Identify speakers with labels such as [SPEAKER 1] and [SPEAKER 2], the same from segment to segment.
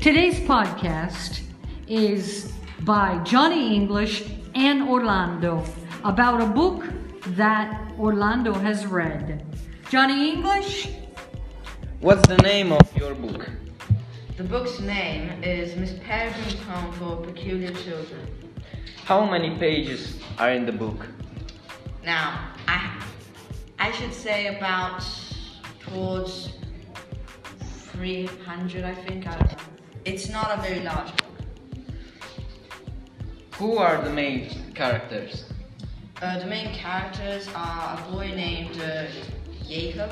[SPEAKER 1] Today's podcast is by Johnny English and Orlando about a book that Orlando has read. Johnny English,
[SPEAKER 2] What's the name of your book?
[SPEAKER 3] The book's name is Miss Peregrine's Home for Peculiar Children.
[SPEAKER 2] How many pages are in the book?
[SPEAKER 3] Now, I, I should say about towards 300, I think. I don't know. It's not a very large book.
[SPEAKER 2] Who are the main characters?
[SPEAKER 3] Uh, the main characters are a boy named uh, Jacob.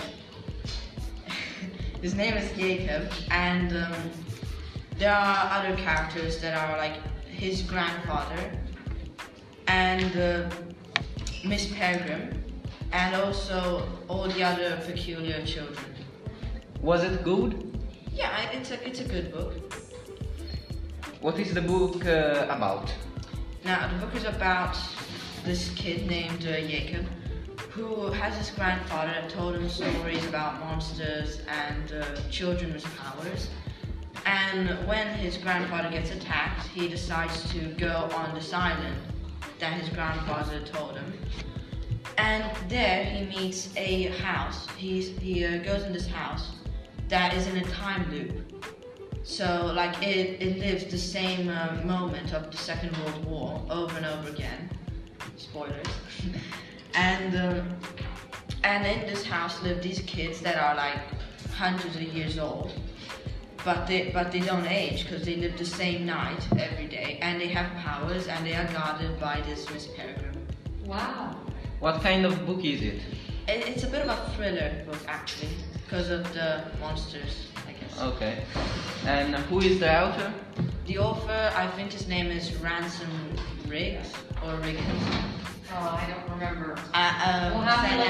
[SPEAKER 3] His name is Jacob, and um, there are other characters that are like his grandfather and uh, Miss Peregrine, and also all the other peculiar children.
[SPEAKER 2] Was it good?
[SPEAKER 3] Yeah, I- it's a it's a good book.
[SPEAKER 2] What is the book uh, about?
[SPEAKER 3] Now, the book is about this kid named uh, Jacob who has his grandfather that told him stories about monsters and uh, children with powers. And when his grandfather gets attacked, he decides to go on this island that his grandfather told him. And there he meets a house. He's, he uh, goes in this house that is in a time loop. So, like, it, it lives the same uh, moment of the Second World War over and over again. Spoilers. and um, and in this house live these kids that are like hundreds of years old, but they but they don't age because they live the same night every day, and they have powers, and they are guarded by this Miss Peregrine.
[SPEAKER 1] wow,
[SPEAKER 2] What kind of book is it?
[SPEAKER 3] It, it's a bit of a thriller book actually, because of the monsters, I guess.
[SPEAKER 2] Okay. And who is the author?
[SPEAKER 3] The author, I think his name is Ransom Riggs or Riggins.
[SPEAKER 1] oh, I don't remember.
[SPEAKER 3] Uh, um,
[SPEAKER 1] We'll have to
[SPEAKER 3] Santa
[SPEAKER 1] look.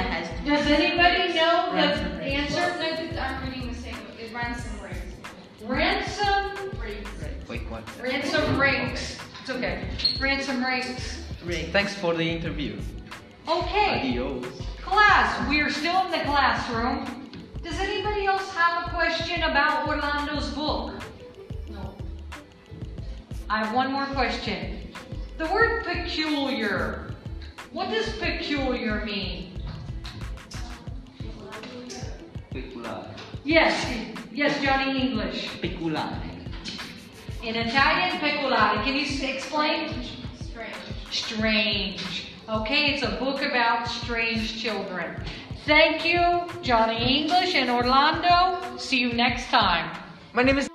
[SPEAKER 3] has
[SPEAKER 4] Does anybody know
[SPEAKER 3] Ransom
[SPEAKER 4] the
[SPEAKER 3] Riggs.
[SPEAKER 4] answer? No, that I'm reading the same, it ransom rings.
[SPEAKER 1] Ransom,
[SPEAKER 4] Rings.
[SPEAKER 2] Wait, what?
[SPEAKER 4] Ransom rings. It's okay. Ransom rings.
[SPEAKER 3] Riggs.
[SPEAKER 2] Thanks for the interview.
[SPEAKER 1] okay.
[SPEAKER 2] Adios.
[SPEAKER 1] Class, we're still in the classroom. Does anybody else have a question about Orlando's book?
[SPEAKER 4] No.
[SPEAKER 1] I have one more question. The word peculiar. What does peculiar mean?
[SPEAKER 2] Peculare.
[SPEAKER 1] Yes, yes, Johnny English.
[SPEAKER 2] Peculare.
[SPEAKER 1] In Italian, peculiare. Can you s- explain?
[SPEAKER 4] Strange.
[SPEAKER 1] Strange. Okay, it's a book about strange children. Thank you, Johnny English and Orlando. See you next time.
[SPEAKER 2] My name is